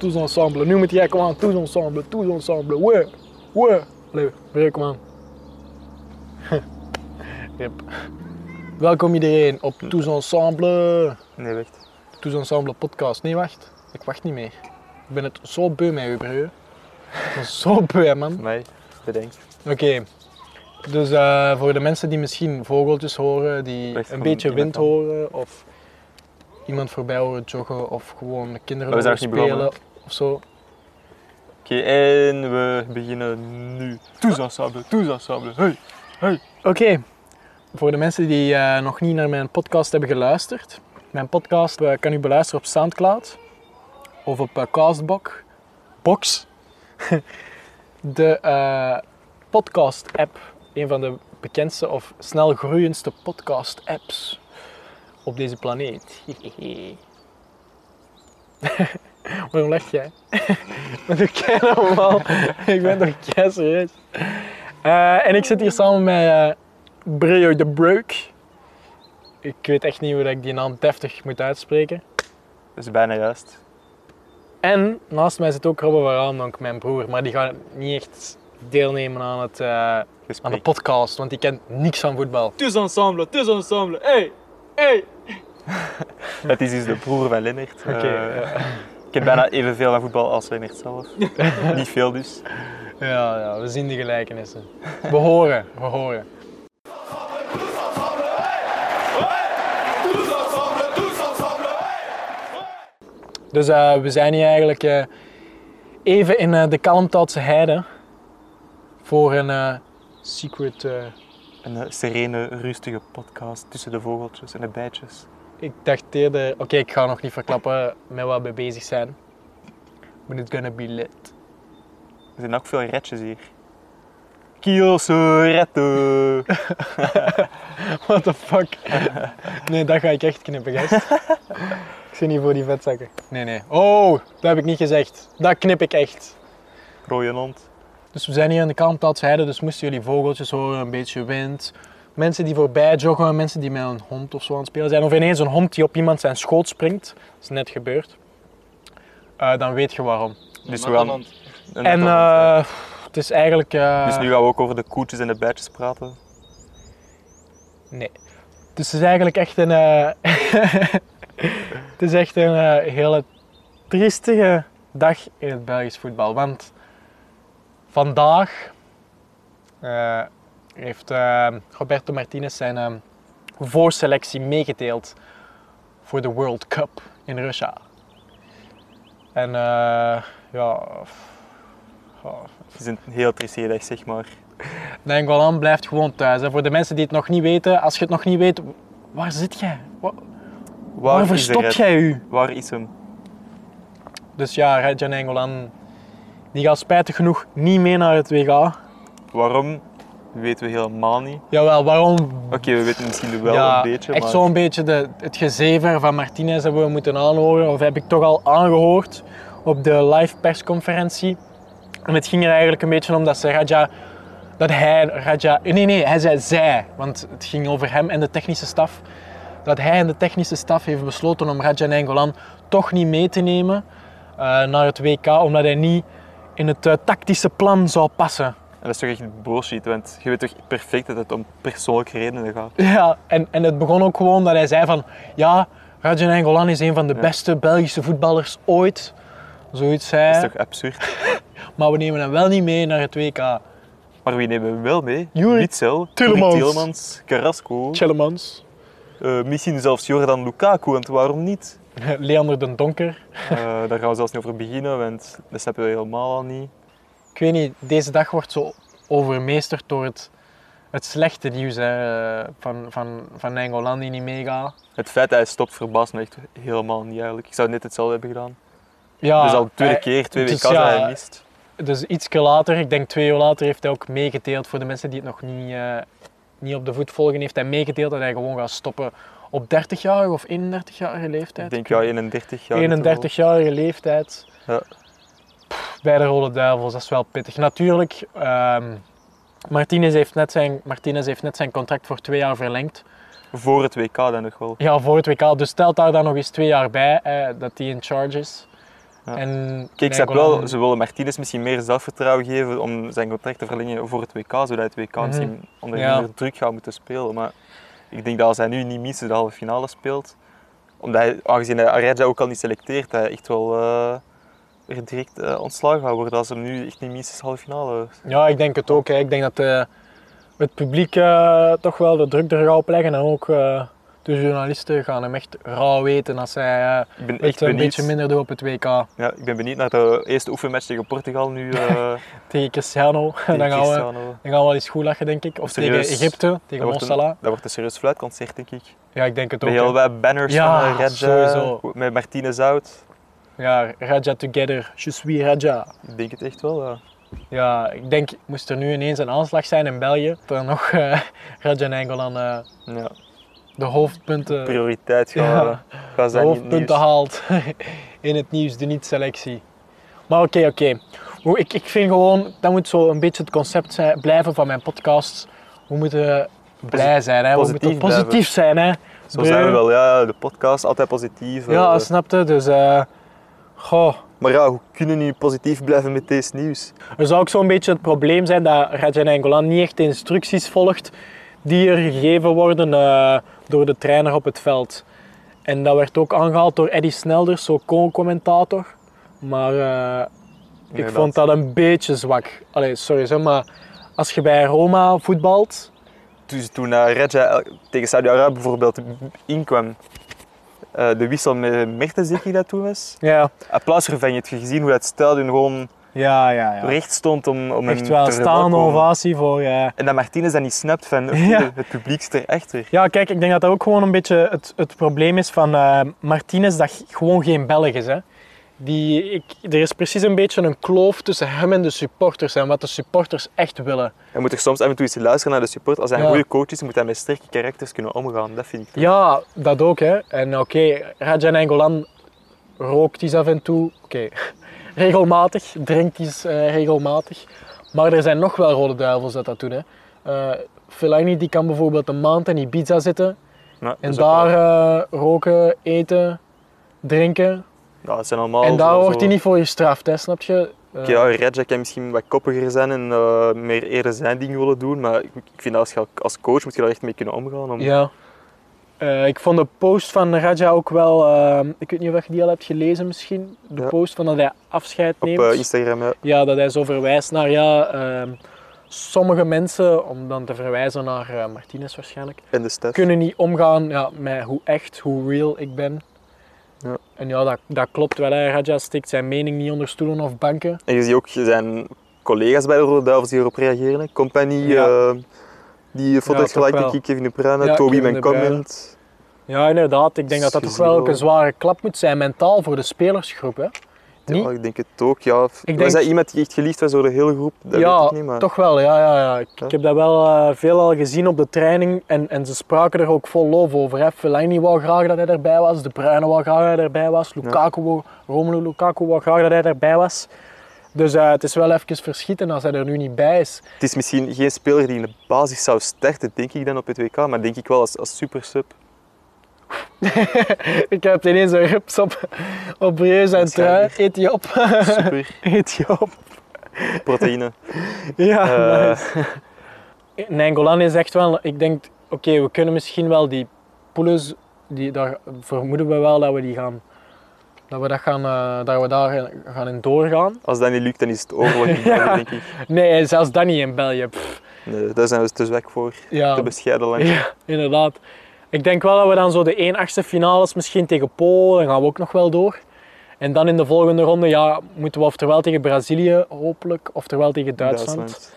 tous ensemble. Nu moet jij komen, tous ensemble, tous ensemble. Ouais, ouais. Allee, weer kom aan. Yep. Welkom iedereen op Tous Ensemble. Nee, wacht. Tous Ensemble podcast. Nee, wacht. Ik wacht niet meer. Ik ben het zo beu met Uber. hè. Ik ben zo beu, hè, man. Mij, bedenkt. Oké. Dus eh, voor de mensen die misschien vogeltjes horen, die Echt een van beetje wind iemand aan. horen of iemand voorbij horen joggen of gewoon de kinderen Maar we zijn horen nog niet spelen of zo. Oké, en we beginnen nu. Tous ensemble, tous ensemble. Hey. Oké. Voor de mensen die eh, nog niet naar mijn podcast hebben geluisterd. Mijn podcast eh, kan u beluisteren op Soundcloud of op eh, Castbox. Box. de eh, podcast-app. Een van de bekendste of snel groeiendste podcast-apps op deze planeet. Waarom lach jij? Met een kei normaal. Ik ben toch kei serieus. Eh, en ik zit hier samen met eh, Breo de Breuk. Ik weet echt niet hoe dat ik die naam deftig moet uitspreken. Dat is bijna juist. En naast mij zit ook Robbe van Raamdonk, mijn broer. Maar die gaat niet echt deelnemen aan, het, eh, aan de Gesprek. podcast, want die kent niks van voetbal. tous ensemble, tous ensemble. Hey, hey. Het is dus de broer van Lennart. Oké, Eh, ik ken bijna evenveel aan voetbal als Lennart zelf. Niet veel dus. Ja, ja, we zien de gelijkenissen. We horen, we horen. Dus eh, we zijn hier eigenlijk eh, even in eh, de Kalmthoutse heide voor een eh, secret. eh, Een eh, serene, rustige podcast tussen de vogeltjes en de bijtjes. ik dacht eerder, oké, ik ga nog niet verklappen met wat we bezig zijn. But it's gonna be lit. Er zijn ook veel retjes hier. Kielse retten. What the fuck? Nee, dat ga ik echt knippen, gast. Ik zit niet voor die vetzakken. Nee, nee. Oh, dat heb ik niet gezegd. Dat knip ik echt. Rode hond. Dus we zijn hier in de Kalmthoutse heide, dus moesten jullie vogeltjes horen, een beetje wind. Mensen die voorbij joggen, mensen die met een hond of zo aan het spelen zijn. Of ineens een hond die op iemand zijn schoot springt. Dat is net gebeurd. Eh, dan weet je waarom. Dus we gaan... een en natte eh, hond, ja. het is eigenlijk... eh, Dus nu gaan we ook over de koetjes en de bijtjes praten. Nee. Dus het is eigenlijk echt een. eh, het is echt een eh, hele triestige dag in het Belgisch voetbal. Want vandaag eh, heeft eh, Roberto Martinez zijn eh, voorselectie meegedeeld voor de World Cup in Rusland. En eh, ja. f- ja, Het is een heel triestige dag, zeg maar. Nangolan blijft gewoon thuis. En voor de mensen die het nog niet weten, als je het nog niet weet, waar zit jij? Wa- Waar, Waar, is de verstopt red? jij u? Waar is hem? Dus ja, Rajan Nangolan, die gaat spijtig genoeg niet mee naar het WK. Waarom? Weten we helemaal niet. Jawel, waarom? Oké, we weten misschien wel ja, een beetje, echt maar... zo'n beetje de, het gezever van Martinez hebben we moeten aanhoren, of heb ik toch al aangehoord op de live persconferentie. En het ging er eigenlijk een beetje om dat ze Raja, dat hij Raja, nee nee, hij zei zij, want het ging over hem en de technische staf, dat hij en de technische staf heeft besloten om Raja Nangolan toch niet mee te nemen eh, naar het WK, omdat hij niet in het eh, tactische plan zou passen. En dat is toch echt bullshit, want je weet toch perfect dat het om persoonlijke redenen gaat. Ja, en, en het begon ook gewoon dat hij zei van... Ja, Rajan Engolan is een van de beste Belgische voetballers ooit. Zoiets zei Dat hij. is toch absurd? Maar we nemen hem wel niet mee naar het WK. Maar wie nemen we wel mee? Yuri Witzel, Tielemans. Tillemans, Carrasco, Chellemans. eh, misschien zelfs Jordan Lukaku, want waarom niet? Leander den Donker. Eh, daar gaan we zelfs niet over beginnen, want dat snappen we helemaal al niet. Ik weet niet, deze dag wordt zo overmeesterd door het, het slechte nieuws hè, eh, van, van, van Engolan die niet meegaat. Het feit dat hij stopt verbaast me echt helemaal niet eigenlijk. Ik zou net hetzelfde hebben gedaan. Ja, dus al de tweede hij- keer, twee dus WK's dat ja, hij mist. Dus ietsje later, ik denk twee uur later, heeft hij ook meegedeeld voor de mensen die het nog niet, eh, niet op de voet volgen, heeft hij meegedeeld dat hij gewoon gaat stoppen op 30-jarige of 31-jarige leeftijd. Ik denk ja, 31 jaar. 31-jarige leeftijd. Ja. Pff, bij de Rode Duivels, dat is wel pittig. Natuurlijk, ehm Martinez, heeft net zijn, Martinez heeft net zijn contract voor twee jaar verlengd. Voor het WK dan nog wel. Ja, voor het WK. Dus stelt daar dan nog eens twee jaar bij eh, dat hij in charge is. Ja. En Kijk, ze, hebben Nainggolan- wel, ze willen Martinez misschien meer zelfvertrouwen geven om zijn contract te verlengen voor het WK, zodat het WK Mhm. misschien onder Ja. minder druk gaat moeten spelen. Maar ik denk dat als hij nu niet minstens de halve finale speelt, omdat hij, aangezien hij Arja ook al niet selecteert, hij echt wel eh, weer direct eh, ontslagen gaat worden als hem nu echt niet minstens de halve finale... Ja, ik denk het ook. Hè. Ik denk dat eh, het publiek eh, toch wel de druk er gaat op leggen. En ook eh, de journalisten gaan hem echt rauw weten als hij eh, Ik ben echt het een benieuwd. beetje minder doet op het WK Ja, ik ben benieuwd naar de eerste oefenmatch tegen Portugal nu. eh tegen Cristiano. En dan tegen gaan, we, dan Cristiano. gaan we wel eens goed lachen, denk ik. Of Serieus. tegen Egypte, tegen Mo wordt een, Salah. dat wordt een serieus fluitconcert, denk ik. Ja, ik denk het ook. Met heel hè. wat banners Ja, van eh, Raja, sowieso. met Martinez out. Ja, Raja together. Je suis Raja. Ik denk het echt wel. ja. Ja, ik denk, moest er nu ineens een aanslag zijn in België, dan nog eh Raja Nainggolan eh, Ja, de hoofdpunten, prioriteit gaan, Ja. gaan de zijn niet hoofdpunten nieuws. haalt in het nieuws, de niet-selectie. Maar oké, oké. Hoe- Ik, ik vind gewoon, dat moet zo een beetje het concept zijn, blijven van mijn podcast. We moeten blij zijn, hè. we positief moeten positief blijven. zijn. Hè. Zo zijn Breu. we wel, ja. De podcast, altijd positief. Ja, eh. snapte. Dus, eh, goh. Maar ja, hoe kunnen we nu positief blijven met deze nieuws? Er zou ook zo'n beetje het probleem zijn dat Rajan Engolan niet echt de instructies volgt die er gegeven worden eh, door de trainer op het veld. En dat werd ook aangehaald door Eddie Snelders, zo'n co-commentator. Maar eh, ik Inderdaad. vond dat een beetje zwak. Allee, sorry zeg maar. Als je bij Roma voetbalt, Dus toen eh, Raja el- tegen Saudi-Arabië bijvoorbeeld inkwam, eh, de wissel met Mertens, denk ik dat toen was. ja, Applaus vervangen. Heb je gezien hoe dat stadion gewoon ja, ja. ja. recht stond om, om hem Echt wel te een staande verwelkomen? ovatie voor. eh, En dat Martinez dat niet snapt van oké, Ja. het publiek is er echter. Ja, kijk, ik denk dat dat ook gewoon een beetje het, het probleem is van eh Martinez, dat g- gewoon geen Belg is. Hè. Die, ik, er is precies een beetje een kloof tussen hem en de supporters en wat de supporters echt willen. Hij moet er soms af en toe eens luisteren naar de support. Als hij een Ja. goede coach is, moet hij met sterke karakters kunnen omgaan. Dat vind ik. Ja, dat ook. Hè. En oké, Rajan Engolan rookt iets af en toe. Oké, regelmatig, drinkt iets eh, regelmatig. Maar er zijn nog wel rode duivels dat dat doen. Hè. Eh, Fellaini die kan bijvoorbeeld een maand in Ibiza zitten Ja, en dus ook daar wel- eh, roken, eten, drinken. Ja, dat zijn allemaal. En daar zo- wordt zo- hij niet voor gestraft, hè, snap je? Eh, Oké, ja, Redja kan misschien wat koppiger zijn en eh, meer eerder zijn ding willen doen. Maar ik, ik vind dat als, je al- als coach moet je daar echt mee kunnen omgaan. Om, ja. Eh, ik vond de post van Raja ook wel. eh, ik weet niet of je die al hebt gelezen, misschien. De Ja. post van dat hij afscheid op neemt. eh, Instagram. ja. ja, dat hij zo verwijst naar ja, ehm, sommige mensen, om dan te verwijzen naar eh, Martinez waarschijnlijk, En de stef. kunnen niet omgaan ja, met hoe echt, hoe real ik ben. Ja. En ja, dat, dat klopt wel. Hè. Raja steekt zijn mening niet onder stoelen of banken. En je ziet ook zijn collega's bij de Rode Duivels die erop reageren. hè. Compagnie, Ja. eh, die foto Ja, toch heeft gelijk, wel. denk ik, Kevin de Bruyne, Ja, Toby Kevin mijn De Bruyne. comment. Ja, inderdaad. Ik denk dat dat toch wel ook een zware klap moet zijn, mentaal, voor de spelersgroep. Hè. Niet? Ja, ik denk het ook. Ja. Was denk- hij iemand die echt geliefd was door de hele groep? Dat ja, weet ik niet, maar... toch wel. Ja, ja, ja. Ik, Ja. ik heb dat wel eh, veel al gezien op de training en, en ze spraken er ook vol lof over. Hè. Fellaini wou graag dat hij erbij was, De Bruyne wou graag dat hij erbij was, Lukaku wou, Romelu Lukaku wou graag dat hij erbij was. Dus eh, het is wel even verschieten als hij er nu niet bij is. Het is misschien geen speler die in de basis zou starten, denk ik dan op het WK, maar denk ik wel als, als super sub. ik heb ineens een rups op, op Breus en Dat is trui. jammer. Eet je op. Super Eet je op. proteïne. Ja, Eh, Ah, nice. Nangolan is echt wel, ik denk, oké, we kunnen misschien wel die poules, die, daar vermoeden we wel dat we die gaan, dat we, dat gaan, eh, dat we daar in- gaan in doorgaan. Als dat niet lukt, dan is het oorlog in Ja. België, denk ik. Nee, zelfs dat niet in België. Pff, Nee, daar zijn we te zwak voor. ja, Te bescheiden land. ja, inderdaad. Ik denk wel dat we dan zo de 1 achtste finales misschien tegen Polen, gaan we ook nog wel door. En dan in de volgende ronde ja, moeten we oftewel tegen Brazilië, hopelijk, oftewel tegen Duitsland.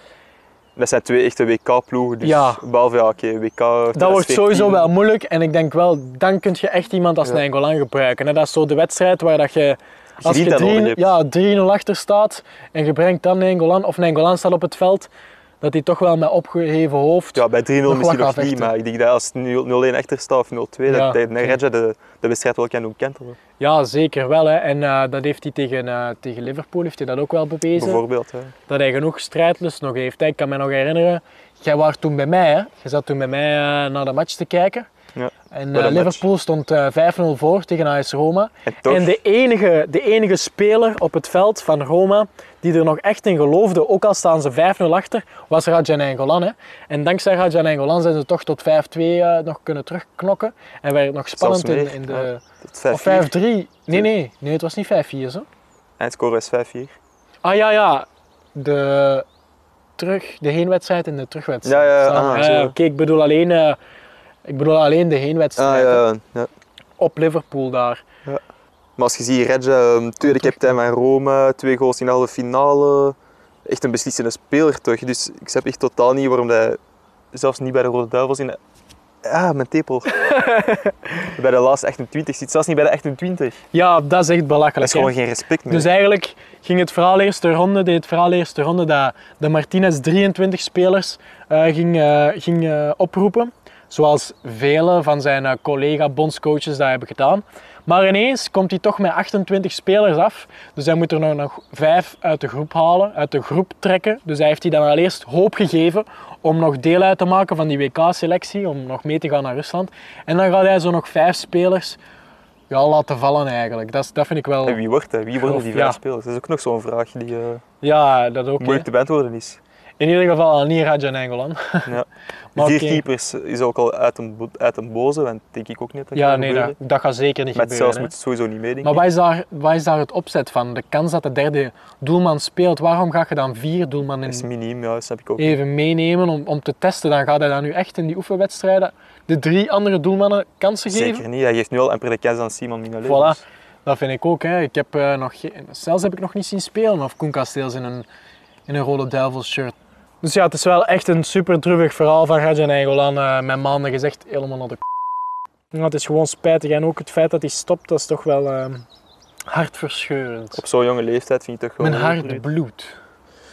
Dat zijn twee echte WK-ploegen, dus Ja. behalve ja, oké, WK... Dat 2014. wordt sowieso wel moeilijk en ik denk wel, dan kun je echt iemand als Ja. Nainggolan gebruiken. hè. Dat is zo de wedstrijd waar dat je, als Griet je dat nodig drie, hebt. ja, 3-0 achter staat en je brengt dan Nainggolan, of Nainggolan staat op het veld, dat hij toch wel met opgeheven hoofd... Ja, bij 3-0 Nog wat misschien nog niet, afvechten. maar ik denk dat als het 0-1 achter staat of 0-2, Ja, dat, dat oké. Redja de, de wedstrijd wel kan doen kentelen. Ja, zeker wel. Hè. En eh, dat heeft hij tegen, eh, tegen Liverpool heeft hij dat ook wel bewezen. Bijvoorbeeld. Hè. dat hij genoeg strijdlust nog heeft. hè. Ik kan me nog herinneren, jij was toen bij mij, hè? je zat toen bij mij eh, naar de match te kijken. Ja. En Wat eh, een match. Liverpool stond eh, 5-0 voor tegen AS Roma. En toch, En de enige, de enige speler op het veld van Roma die er nog echt in geloofde, ook al staan ze 5-0 achter, was Rajan Engolan. Hè. En dankzij Rajan Engolan zijn ze toch tot 5-2 eh, nog kunnen terugknokken. En werd het nog spannend in, meer, Ah, in ja. de... tot Of 5-4. 5-3. Nee, nee, nee, het was niet 5-4 zo. Eindscore is 5-4. Ah ja, ja. De, terug, de heenwedstrijd en de terugwedstrijd. Ja, ja, Staan- ah, eh, zo. Oké, ik bedoel alleen... eh, ik bedoel alleen de heenwedstrijd hè, Ah, ja. op Liverpool daar. Maar als je ziet, Regge, ehm, tweede captain van Rome, twee goals in de halve finale. Echt een beslissende speler toch? Dus ik snap echt totaal niet waarom hij zelfs niet bij de Rode Duivels in. de- Ah, mijn tepel. bij de laatste 28 zit, zelfs niet bij de 28. Ja, dat is echt Dat is belachelijk. hè. gewoon geen respect meer. Dus eigenlijk ging het verhaal eerst de ronde, deed het verhaal eerst de ronde dat de Martinez 23 spelers eh, ging, eh, ging eh, oproepen. Zoals vele van zijn eh, collega-bondscoaches dat hebben gedaan. Maar ineens komt hij toch met 28 spelers af. Dus hij moet er nog, nog vijf uit de groep halen, uit de groep trekken. Dus hij heeft die dan al eerst hoop gegeven om nog deel uit te maken van die WK-selectie, om nog mee te gaan naar Rusland. En dan gaat hij zo nog vijf spelers ja, laten vallen eigenlijk. Dat, is- dat vind ik wel... En wie wordt hij? Wie worden Of, die ja. vijf spelers? Dat is ook nog zo'n vraag die eh, Ja, dat ook. hè. moeilijk te beantwoorden is. In ieder geval aan Nira Jan Engelan. Ja. Maar Vier oké. keepers is ook al uit een, bo- uit een boze, want denk ik ook niet. Dat Ja, gaat nee, dat, gebeuren. dat gaat zeker niet Met zelfs gebeuren. moet hè. het sowieso niet mee, denk Maar ik. wat is, daar, wat is daar het opzet van? De kans dat de derde doelman speelt, waarom ga je dan vier doelman Dat is in miniem, ja, dat snap ik ook. even meenemen om, om te testen? Dan gaat hij dan nu echt in die oefenwedstrijden de drie andere doelmannen kansen geven? Zeker niet. Hij geeft nu al amper de kans aan Simon Mignolet. Voilà. dus Dat vind ik ook. Hè. Ik heb eh, nog geen- zelfs heb ik nog niet zien spelen of Koen Kasteels in een, in een rode duivels shirt. Dus ja, het is wel echt een super droevig verhaal van Rajan Engolan. eh mijn maanden gezegd helemaal naar de k. Ja, het is gewoon spijtig. En ook het feit dat hij stopt, dat is toch wel ehm, hartverscheurend. Dus Op zo'n jonge leeftijd vind je toch gewoon... Mijn heel hart bruut. bloedt.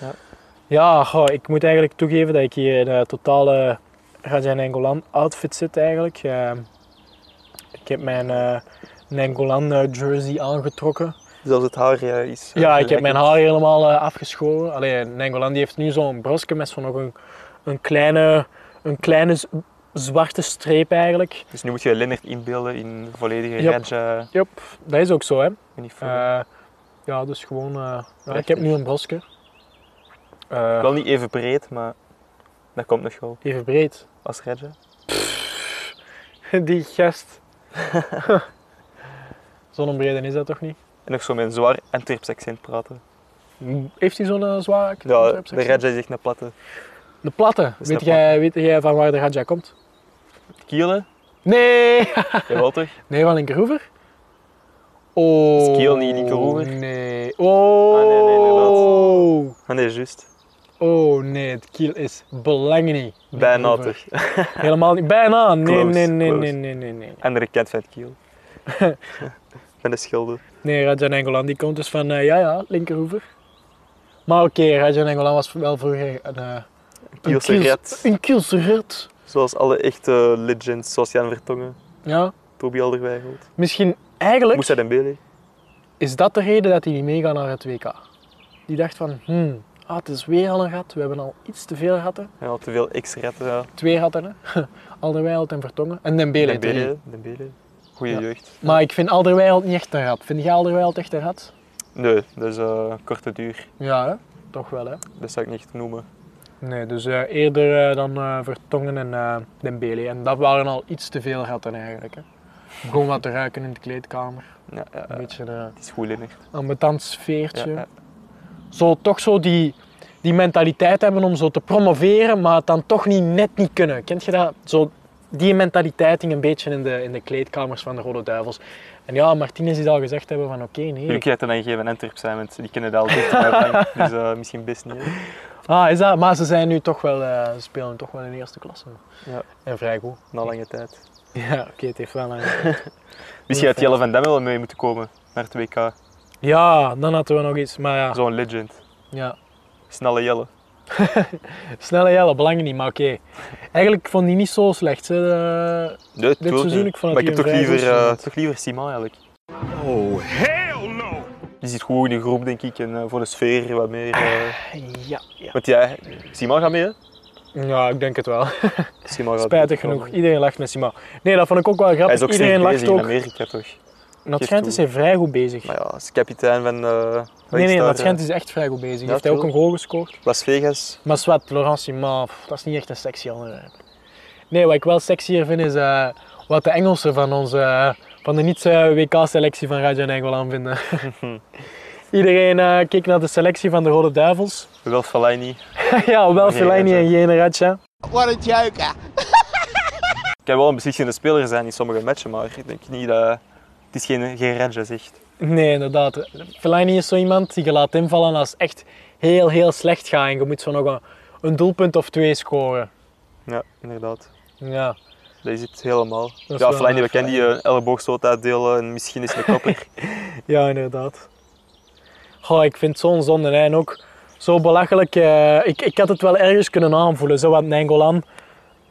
Ja. Ja, goh, ik moet eigenlijk toegeven dat ik hier in een totale Rajan Engolan outfit zit eigenlijk. Eh, ik heb mijn eh, Nengolan eh, jersey aangetrokken. Zelfs het haar ja, is... eh, Ja, ik heb lekker. mijn haar helemaal eh, afgeschoren. Allee, Nengolan die heeft nu zo'n broske met zo'n nog een, een kleine, een kleine z- zwarte streep eigenlijk. Dus nu moet je Lennart inbeelden in de volledige Yep. Redge Yep, dat is ook zo hè. uniform. Eh, ja, dus gewoon... eh, ja, ik Prachtig. heb nu een broske. Eh, Wel niet even breed, maar dat komt nog wel even breed. als Redge. Die gest. zo'n brede is dat toch niet? En nog zo met een zwaar Antwerps accent praten. Heeft hij zo'n eh, zwaar... Ja, de Redge is echt een platte. De platte. is Weet een jij, weet jij van waar de Raja komt? Kielen? Nee! Jawel toch? Nee, van Linkeroever? Oh. Is Kiel niet Linkeroever? Nee. Oh. Ah, nee, nee, Oh. Ah, nee, juist. Oh nee, het Kiel is belangen niet. Bijna Linkeroever. toch. Helemaal niet. Bijna. Nee, Close, nee, nee, close. nee, nee, nee, nee. Andere kant van het Kiel. Met de schilder. Nee, Rajan Engeland die komt dus van, eh, ja ja, Linkeroever. Maar oké, Rajan Engeland was wel vroeger een, eh een Kielse Kiels- Red. Een Kielse red. Zoals alle echte legends, zoals Jan Vertongen, Ja. Toby Alderweireld, Misschien eigenlijk... Moussa Dembele. Is dat de reden dat hij niet meegaat naar het WK? Die dacht van, hmm, ah, het is weer al een gat, we hebben al iets te veel ratten. En al te veel ex-retten. Ja. Twee ratten, hè. Alderwijld en Vertongen. En Dembele drie. Dembele. Dembele. Goeie Ja. jeugd. Maar ik vind Alderwijld niet echt een rat. Vind jij Alderwijld echt een rat? Nee, dat is eh, korte duur. Ja, hè? toch wel hè. Dat zou ik niet echt noemen. Nee, dus eh, eerder eh, dan eh, Vertongen en eh Dembele. En dat waren al iets te veel ratten eigenlijk. Hè. Gewoon wat te ruiken in de kleedkamer. Ja, ja, Een ja. beetje een Het is goed, Lennart. ambetant sfeertje. Ja, ja. zo, toch zo die, die mentaliteit hebben om zo te promoveren, maar het dan toch niet net niet kunnen. Kent je dat? Zo, die mentaliteit ging een beetje in de, in de kleedkamers van de Rode Duivels. En ja, Martinez die al gezegd hebben van oké, nee. Jullie kunnen dan geven Antwerp zijn, want die kennen dat al dichterbij. van, dus eh, misschien best niet. hè. Ah, is dat? Maar ze zijn nu toch wel, eh, ze spelen toch wel in de eerste klasse. Ja. En vrij goed. Na lange tijd. Ja, oké, het heeft wel een... Misschien had Jelle van Dam wel mee moeten komen naar het WK. Ja, dan hadden we nog iets, maar ja. Zo'n legend. ja. Snelle Jelle. Snelle Jelle, belangen niet, maar oké. Eigenlijk vond die niet zo slecht. Hè. Eh, Nee, tuurlijk seizoen, niet. ik vond Maar dat ik heb die toch een vrij liever, goed eh, seizoen toch liever Sima eigenlijk. Oh, hell no! Die zit goed in de groep, denk ik. En eh, voor de sfeer wat meer. eh, ja, ja. Want jij, Sima gaat mee, hè? Ja, ik denk het wel. Sima gaat Spijtig terugkomen. genoeg. Iedereen lacht met Sima. Nee, dat vond ik ook wel grappig. Hij is ook Iedereen sterk lacht bezig in ook. Amerika toch? Natschent is toe. hij vrij goed bezig. Maar ja, als kapitein van. eh, van nee, iets nee, daar, Natschent eh, is echt vrij goed bezig. Ja, Heeft hij ook een tuurlijk. goal gescoord? Las Vegas. Maar zwart, Laurent Simon, pff, dat is niet echt een sexy onderwerp. Nee, wat ik wel sexier vind is eh, wat de Engelsen van onze, eh, van de niet-WK-selectie van Raja Engeland vinden. Iedereen eh, keek naar de selectie van de Rode Duivels. Wel Fellaini. ja, wel Geen Fellaini en Raja. geen Raja. Ik kan wel een beslissende speler zijn in sommige matchen, maar ik denk niet dat. Het is geen, geen Rangers echt. Nee, inderdaad. Fellaini is zo iemand die je laat invallen als het echt heel, heel slecht gaat. En je moet zo nog een, een doelpunt of twee scoren. Ja, inderdaad. Ja, Dat is het helemaal. is ja, wel Fellaini, we waar, kennen die eh, elleboogstoot uitdelen en misschien is een kopper. ja inderdaad. Goh, ik vind het zo'n zonde. Hè. En ook zo belachelijk. eh, ik, ik had het wel ergens kunnen aanvoelen. Zo, want Nengolan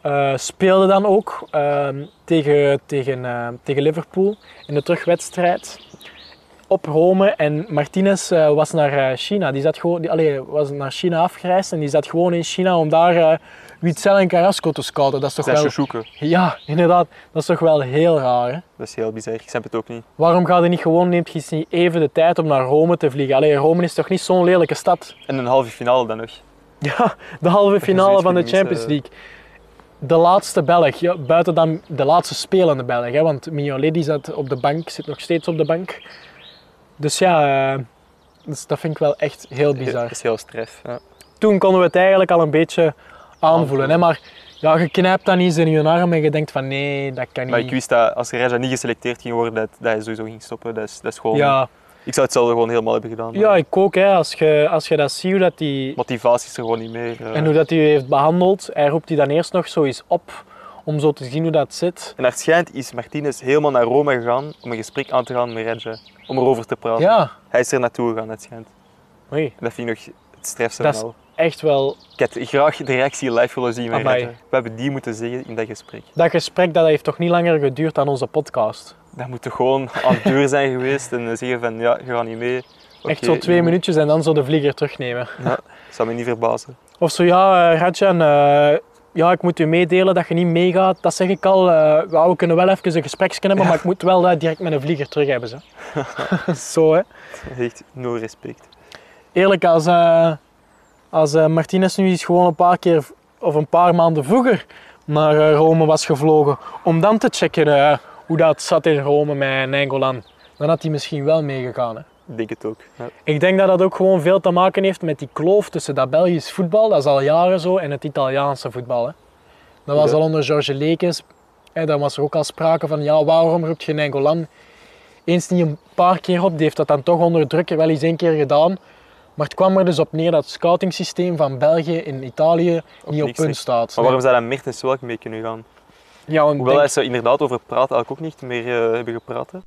eh, speelde dan ook ehm, tegen, tegen, eh, tegen Liverpool in de terugwedstrijd. Op Rome en Martinez eh, was naar eh, China. Die, zat gewoon, die allee, was naar China afgereisd en die zat gewoon in China om daar eh Witzel en Carrasco te scouten. Dat is toch Zijn wel, Shoshuke. ja, inderdaad, dat is toch wel heel raar. Hè? Dat is heel bizar. Ik snap het ook niet. Waarom gaat hij niet gewoon, neemt hij niet even de tijd om naar Rome te vliegen? Allee, Rome is toch niet zo'n lelijke stad? En een halve finale dan nog. Ja, de halve finale zoiets van de kunnen Champions missen. League. De laatste Belg, ja, buiten dan de laatste spelende Belg. Hè, want Mignolet die zat op de bank, zit nog steeds op de bank. Dus ja, eh, dus dat vind ik wel echt heel Dat bizar. Mm. is heel stref. Ja. Toen konden we het eigenlijk al een beetje aanvoelen. Aanvoelen. Hè, maar ja, je knijpt dan iets in je arm en je denkt van nee, dat kan niet. Maar ik wist dat als Raja niet geselecteerd ging worden, dat, dat hij sowieso ging stoppen. Dat is, dat is gewoon... ja, Ik zou hetzelfde gewoon helemaal hebben gedaan. maar ja, ik ook. Hè, als, je, als je dat ziet, hoe dat die, Motivatie is er gewoon niet meer. eh. En hoe dat hij u heeft behandeld, hij roept die dan eerst nog zo eens op om zo te zien hoe dat zit. En naar het schijnt is Martinez helemaal naar Rome gegaan om een gesprek aan te gaan met Raja. Om erover te praten. Ja, Hij is er naartoe gegaan, naar het schijnt. oei, En dat vind ik nog het strefste Dat van is- al. echt wel. Ik had graag de reactie live willen zien met Amai. Raja. We hebben die moeten zeggen in dat gesprek. Dat gesprek dat heeft toch niet langer geduurd dan onze podcast. Dat moet toch gewoon aan de deur zijn geweest en eh, zeggen van ja, je gaat niet mee. echt zo twee minuutjes en dan zo de vlieger terugnemen. Dat zou me niet verbazen. Of zo, ja, eh, Rajan, eh, ja, ik moet u meedelen dat je niet meegaat. Dat zeg ik al. eh, ja, we kunnen wel even een gespreksje hebben, maar ik moet wel eh, direct met een vlieger terug hebben. Zo, zo hè. Echt nul respect. eerlijk, als, eh, als eh, Martinez nu eens gewoon een paar keer v- of een paar maanden vroeger naar eh, Rome was gevlogen, om dan te checken eh, hoe dat zat in Rome met Nengolan, dan had hij misschien wel meegegaan. hè. Ik denk het ook. Ja. Ik denk dat dat ook gewoon veel te maken heeft met die kloof tussen dat Belgisch voetbal, dat is al jaren zo, en het Italiaanse voetbal. Hè. Dat was Ja. al onder George Lekens. Hè, dan was er ook al sprake van, ja, waarom roept je Nengolan eens niet een paar keer op? Die heeft dat dan toch onder druk wel eens één keer gedaan. Maar het kwam er dus op neer dat het scoutingsysteem van België in Italië niet op niks punt echt. staat. Maar waarom zou dat Mertens wel mee kunnen gaan? Nee. Ja, want ik Hoewel hij denk- ze inderdaad over praten eigenlijk ook niet meer eh, hebben gepraat. hè.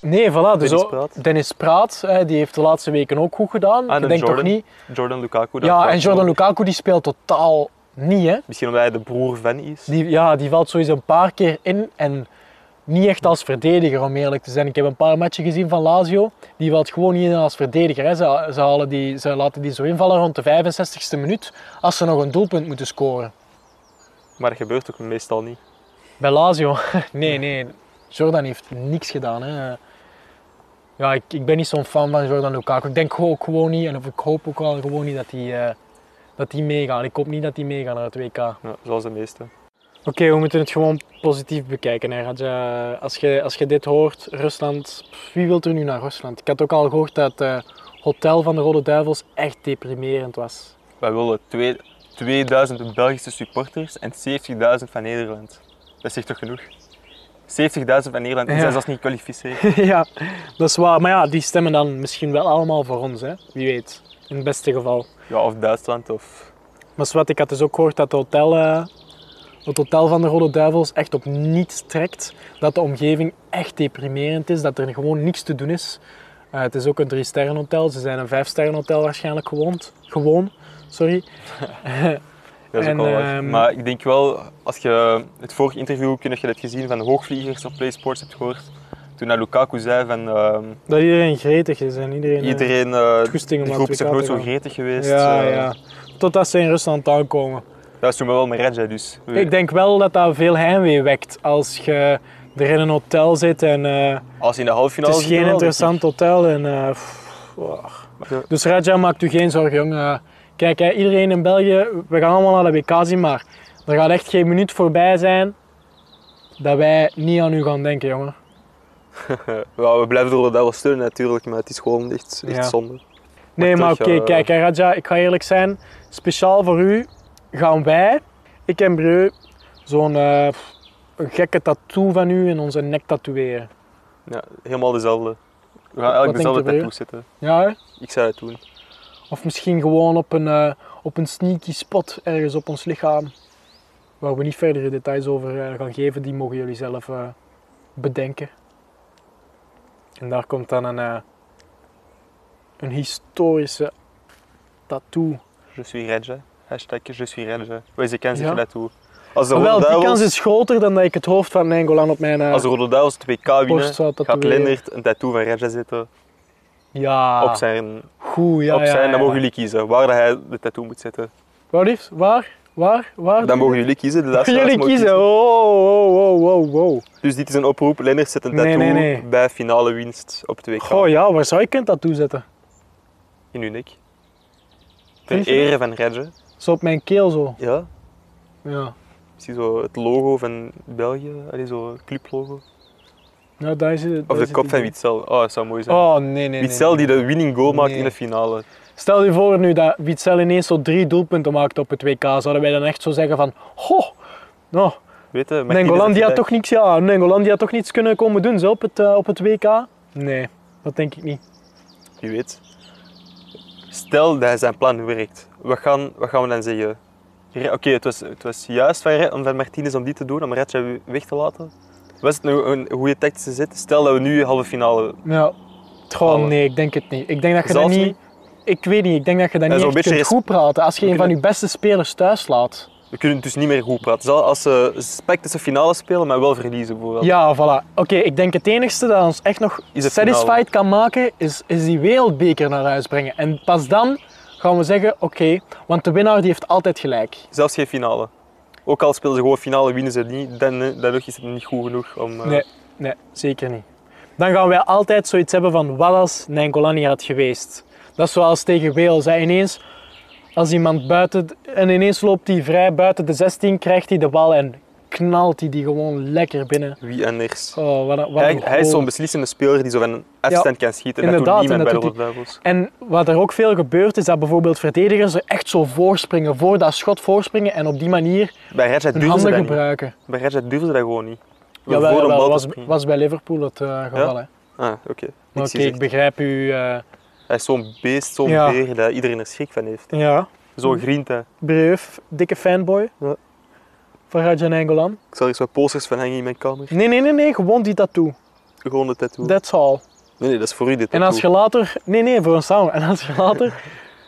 Nee, voilà. Dus Dennis ook- Praat. Dennis Praat, hè, die heeft de laatste weken ook goed gedaan. Ah, ik en denk Jordan. toch niet... Jordan Lukaku. dat Ja, praat en Jordan wel. Lukaku die speelt totaal niet, hè. Misschien omdat hij de broer van is. Die, ja, die valt sowieso een paar keer in en niet echt als verdediger, om eerlijk te zijn. Ik heb een paar matchen gezien van Lazio. Die valt gewoon niet in als verdediger. Hè. Ze, ze, halen die, ze laten die zo invallen rond de 65ste minuut als ze nog een doelpunt moeten scoren. Maar dat gebeurt ook meestal niet. Bij Lazio, nee, nee. Jordan heeft niks gedaan. Hè. Ja, ik, ik ben niet zo'n fan van Jordan Lukaku. Ik denk ook gewoon niet, en of ik hoop ook wel gewoon niet dat die, eh, dat die meegaan. Ik hoop niet dat die meegaan naar het WK. Ja, zoals de meesten. Oké, we moeten het gewoon positief bekijken. Hè, Raja. Als, je, als je dit hoort, Rusland, pff, wie wil er nu naar Rusland? Ik had ook al gehoord dat het hotel van de Rode Duivels echt deprimerend was. Wij willen twee- 2000 Belgische supporters en 70.000 van Nederland. Dat zegt toch genoeg? 70.000 van Nederland, die Ja. zijn zelfs niet gekwalificeerd. ja, dat is waar. Maar ja, die stemmen dan misschien wel allemaal voor ons, hè? wie weet. In het beste geval. Ja, of Duitsland of... Maar wat ik had dus ook gehoord dat het hotel, eh, het hotel van de Rode Duivels echt op niets trekt. Dat de omgeving echt deprimerend is, dat er gewoon niks te doen is. Eh, het is ook een drie-sterren hotel, ze zijn een vijf-sterren hotel waarschijnlijk gewoond, gewoon. Sorry. Dat is En, ook wel waar. ehm, Maar ik denk wel, als je het vorige interview kun je dat gezien van de hoogvliegers op PlaySports hebt gehoord, toen dat Lukaku zei van ehm, Dat iedereen gretig is en iedereen, eh, iedereen, eh, het goesting om de naar groep het is nog WK nooit te zo gaan. gretig geweest. Ja, eh, ja. Totdat ze in Rusland aankomen. Dat is toen wel met Redja dus. Ik denk wel dat dat veel heimwee wekt als je er in een hotel zit en eh, Als je in de halve het finale is geen interessant hotel. En, eh, pff, wow. Dus Raja, maakt u geen zorgen, jong. Eh, kijk, hè, iedereen in België, we gaan allemaal naar de WK zien, maar er gaat echt geen minuut voorbij zijn dat wij niet aan u gaan denken, jongen. Ja, we blijven door dat Eh, wel steunen natuurlijk, maar het is gewoon echt, echt Ja. zonde. Nee, Maar maar oké, toch, eh, kijk, hè, Raja, ik ga eerlijk zijn. Speciaal voor u gaan wij, ik en Breu, zo'n eh, pff, een gekke tattoo van u in onze nek tatoeëren. Ja, helemaal dezelfde. We gaan elk Wat dezelfde denkt u, tattoo zitten. Ja, hè? Ik zou het doen. Of misschien gewoon op een, eh, op een sneaky spot ergens op ons lichaam. Waar we niet verdere details over eh, gaan geven, die mogen jullie zelf eh, bedenken. En daar komt dan een, eh, een historische tattoo. Je suis Redja. Hashtag je suis Redja. Wees de kans dat Ja. je dat doet. Als de Maar Rode Ah, wel, die Duivels- kans is groter dan dat ik het hoofd van Nengolan op mijn eh, Als de Rode Duivels het WK borst winnen, zou gaat tatoeëren. Lennart een tattoo van Redja zitten Ja, op zijn. goed, Ah. ja, op ja, zijn Ah, Dan ja. mogen jullie kiezen waar dat hij de tattoo moet zetten. Waar, liefst? waar? Waar? Waar? Dan mogen jullie kiezen. De laatste jullie mogen kiezen. Oh, oh, oh, oh, oh. Dus dit is een oproep. Lennart zet een Nee, tattoo nee, nee. bij finale winst op het WK. Goh, ja, waar zou ik een tattoo zetten? In uw nek. Ten Vind je? ere van Redja. Zo op mijn keel zo. Ja. Ja, Zie zo het logo van België, allee, zo het clublogo. ja daar is het. Of daar de is kop het van idee. Witzel. Oh, dat zou mooi zijn. Oh, nee, nee, nee. Witzel nee. die de winning goal maakt in Nee. de finale. Stel je voor nu dat Witzel ineens zo drie doelpunten maakt op het WK. Zouden wij dan echt zo zeggen van... Ho, nou, Weet je, maar Nengolan die iedereen- had toch niks, ja, Nengolan die had toch niets kunnen komen doen zo, op, het, eh, op het WK? Nee, dat denk ik niet. Wie weet. Stel dat hij zijn plan werkt. Wat gaan, wat gaan we dan zeggen? Re- Oké, het, was, het was juist van, Re- om van Martinez om die te doen, om Redja weg te laten. Was het nou een goede tactische zit? Stel dat we nu halve finale... Ja. Goh, Alle. nee, ik denk het niet. Ik denk dat je dat Zelfs niet... niet? Ik weet niet, ik denk dat je dat Ja, niet zo'n echt beetje kunt res- goed praten als je We een van je kunnen- beste spelers thuis laat. We kunnen dus niet meer goed praten. Zal als ze spectische finale spelen, maar wel verliezen bijvoorbeeld. Ja, voilà. Oké, ik denk het enigste dat ons echt nog Is het satisfied finale. kan maken, is, is die wereldbeker naar huis brengen. En pas dan gaan we zeggen, oké, want de winnaar die heeft altijd gelijk. Zelfs geen finale. Ook al spelen ze gewoon finale, winnen ze niet, dan, eh, dan nog is het niet goed genoeg om... eh, Nee, nee, zeker niet. Dan gaan wij altijd zoiets hebben van, wat als Nangolan hier had geweest? Dat is zoals tegen Wales, hè. ineens... Als iemand buiten... En ineens loopt hij vrij buiten de 16, krijgt hij de bal en knalt hij die gewoon lekker binnen. Wie anders? Oh, wat een, wat een Hij, hij is goal. zo'n beslissende speler die zo van een afstand kan schieten. inderdaad, en dat doet niemand dat bij doet de Rode Duivels. En wat er ook veel gebeurt, is dat bijvoorbeeld verdedigers er echt zo voorspringen, voor dat schot voorspringen en op die manier Bij Redja hun durven ze handen dat niet. gebruiken. Bij Redja durven ze dat gewoon niet. Om Jawel, voor een jawel, bal was, te springen. was bij Liverpool het eh, geval. hè. Ah, oké. Maar Niks oké, gezegd. ik begrijp u. eh Hij is zo'n beest, zo'n Ja. Mm. beer, dat iedereen er schrik van heeft. ja, Zo'n griend, hè. breuf, dikke fanboy Ja. van Rajan Engelan. Ik zal er eens wat posters van hangen in mijn kamer. Nee, nee, nee, nee, gewoon die tattoo. Gewoon de tattoo. That's all. Nee, nee, dat is voor u dit En als je later, nee, nee, voor ons samen. En als je later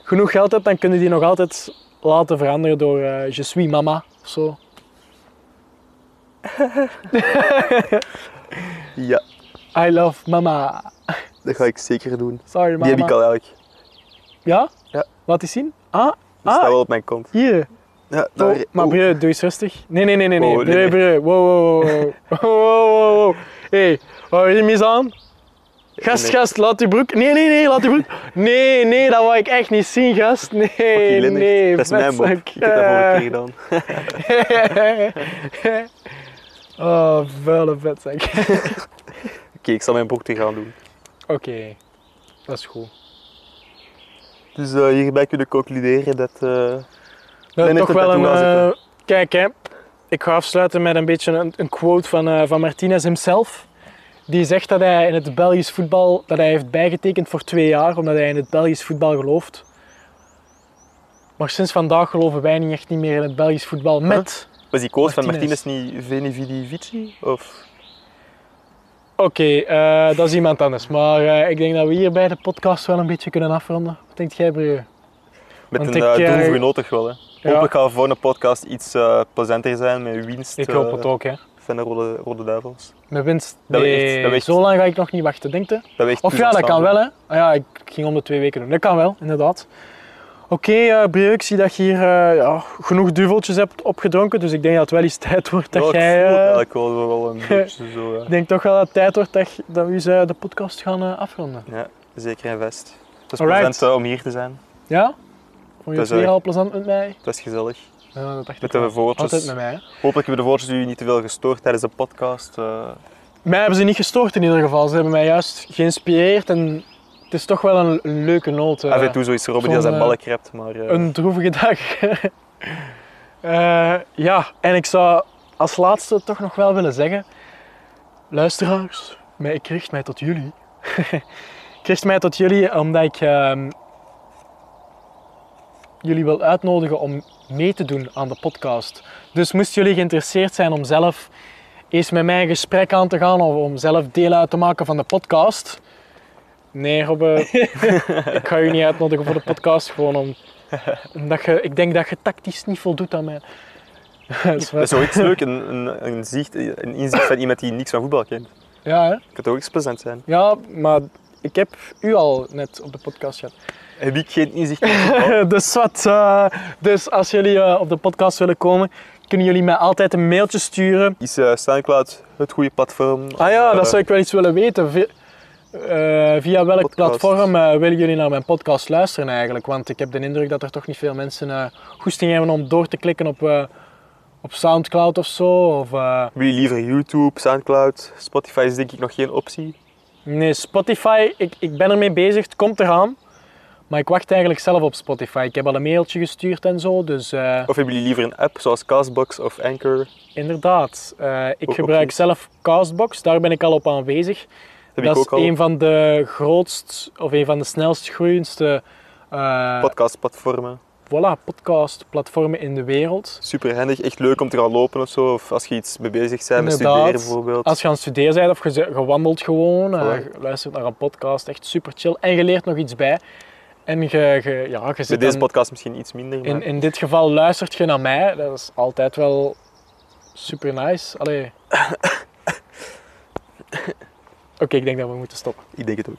genoeg geld hebt, dan kun je die nog altijd laten veranderen door eh Je suis mama of zo. Ja, I love mama. dat ga ik zeker doen. Sorry mama. Die heb ik al eigenlijk. Die Ja? Ja. Laat eens zien. Ah, staat ah wel op mijn kont. hier. Ja, Oh, daar- maar Oeh. Breu, doe eens rustig. Nee, nee, nee, nee. nee. Oh, nee, breu, nee. Breu. Wow, wow, wow, wow. wow, wow, wow. Hé, hou je mis aan? Gast, Nee. gast, laat die broek. Nee, nee, nee, laat die broek. Nee, nee, dat wou ik echt niet zien, gast. Nee, Oké, Lennart, nee. dat is mijn mop. vestzak. Ik heb dat vorige keer gedaan. oh, vuile vetzak. Oké, Oké, ik zal mijn broek te gaan doen. dat is goed. Dus eh, hierbij kunnen we concluderen dat... eh, Dat Ben is heeft toch het wel een. tattoo gaan eh, kijk, hè. ik ga afsluiten met een beetje een, een quote van, eh, van Martinez himself. Die zegt dat hij in het Belgisch voetbal dat hij heeft bijgetekend voor twee jaar, omdat hij in het Belgisch voetbal gelooft. Maar sinds vandaag geloven wij niet echt niet meer in het Belgisch voetbal met. Was die coach van Martinez. Martinez niet Veni Vidi Vici? Of... Oké, eh, dat is iemand anders. Maar eh, ik denk dat we hier bij de podcast wel een beetje kunnen afronden. Wat denkt jij, Breu? Met Want een ik, eh eh, droevige noot toch wel, hè? Hopelijk gaat de volgende podcast iets eh, plezanter zijn met winst. Ik hoop eh, het ook, hè. fan van de Rode, Rode Duivels. Met winst? Dat we echt- Nee, dat we echt- zo lang ga ik nog niet wachten, denk je? Dat we echt Of puur ja, dat kan aanstaan. wel, hè. Ah ja, ik ging om de twee weken doen. Dat kan wel, inderdaad. Oké, eh, Breuk, ik zie dat je hier eh, ja, genoeg duveltjes hebt opgedronken, dus ik denk dat het wel eens tijd wordt dat Ja, jij... eh, Ik voel het eigenlijk wel, zo wel een beetje zo, ja. ik denk toch wel dat het tijd wordt dat, je- dat we eens eh, de podcast gaan eh, afronden. Ja, zeker en vast. Het was Alright. plezant eh, om hier te zijn. Ja? Vond je het Dat is wel- weer al plezant met mij? Het was gezellig. Ja, dat dacht Met ik de wel. Altijd voortjes. met mij, hè. Hopelijk hebben de voortjes u niet te veel gestoord tijdens de podcast. eh. Mij hebben ze niet gestoord in ieder geval. Ze hebben mij juist geïnspireerd en het is toch wel een leuke noot. eh. af en toe zoiets Robin die aan zo'n, zijn eh, ballen krept, maar... eh, Een droevige dag. Eh, ja, en ik zou als laatste toch nog wel willen zeggen... Luisteraars, mij, ik richt mij tot jullie. ik richt mij tot jullie omdat ik ehm, jullie wil uitnodigen om mee te doen aan de podcast. Dus moesten jullie geïnteresseerd zijn om zelf eens met mij een gesprek aan te gaan of om zelf deel uit te maken van de podcast... Nee, Robbe, ik ga je niet uitnodigen voor de podcast, gewoon om omdat je, ik denk dat je tactisch niet voldoet aan mij. Dat is Dat wel- is zoiets leuk, een, een, een, zicht, een inzicht van iemand die niks van voetbal kent. ja, hè? Het kan toch ook eens plezant zijn. ja, maar ik heb u al net op de podcast gehad. Heb ik geen inzicht in voetbal? dus wat, eh, dus als jullie eh, op de podcast willen komen, kunnen jullie mij altijd een mailtje sturen. Is eh, Soundcloud het goede platform? Ah ja, dat Eh, zou ik wel iets willen weten. Vi- eh, via welk Podcast. platform eh, willen jullie naar mijn podcast luisteren eigenlijk? Want ik heb de indruk dat er toch niet veel mensen eh goesting hebben om door te klikken op, eh, op Soundcloud of zo. Of, eh, Wie liever YouTube, Soundcloud, Spotify is denk ik nog geen optie. Nee, Spotify, ik, ik ben ermee bezig, het komt eraan. Maar ik wacht eigenlijk zelf op Spotify. Ik heb al een mailtje gestuurd en zo, dus eh, Of hebben jullie liever een app zoals Castbox of Anchor? inderdaad. eh, ik Ook gebruik opties. zelf Castbox, daar ben ik al op aanwezig. Heb dat ik is ook al. een van de grootst, of een van de snelst groeiendste eh Podcastplatformen. voilà, podcastplatformen in de wereld. Super handig, echt leuk om te gaan lopen of zo. Of als je iets mee bezig bent, met Inderdaad. studeren bijvoorbeeld. Als je aan het studeren bent of je ze- je wandelt gewoon, eh, Voilà. je luistert naar een podcast, echt super chill. En je leert nog iets bij. En je, je, ja, je Bij zit deze dan- podcast misschien iets minder, maar In, in dit geval luistert je naar mij. Dat is altijd wel super nice. Allee. Oké, ik denk dat we moeten stoppen. ik denk het ook.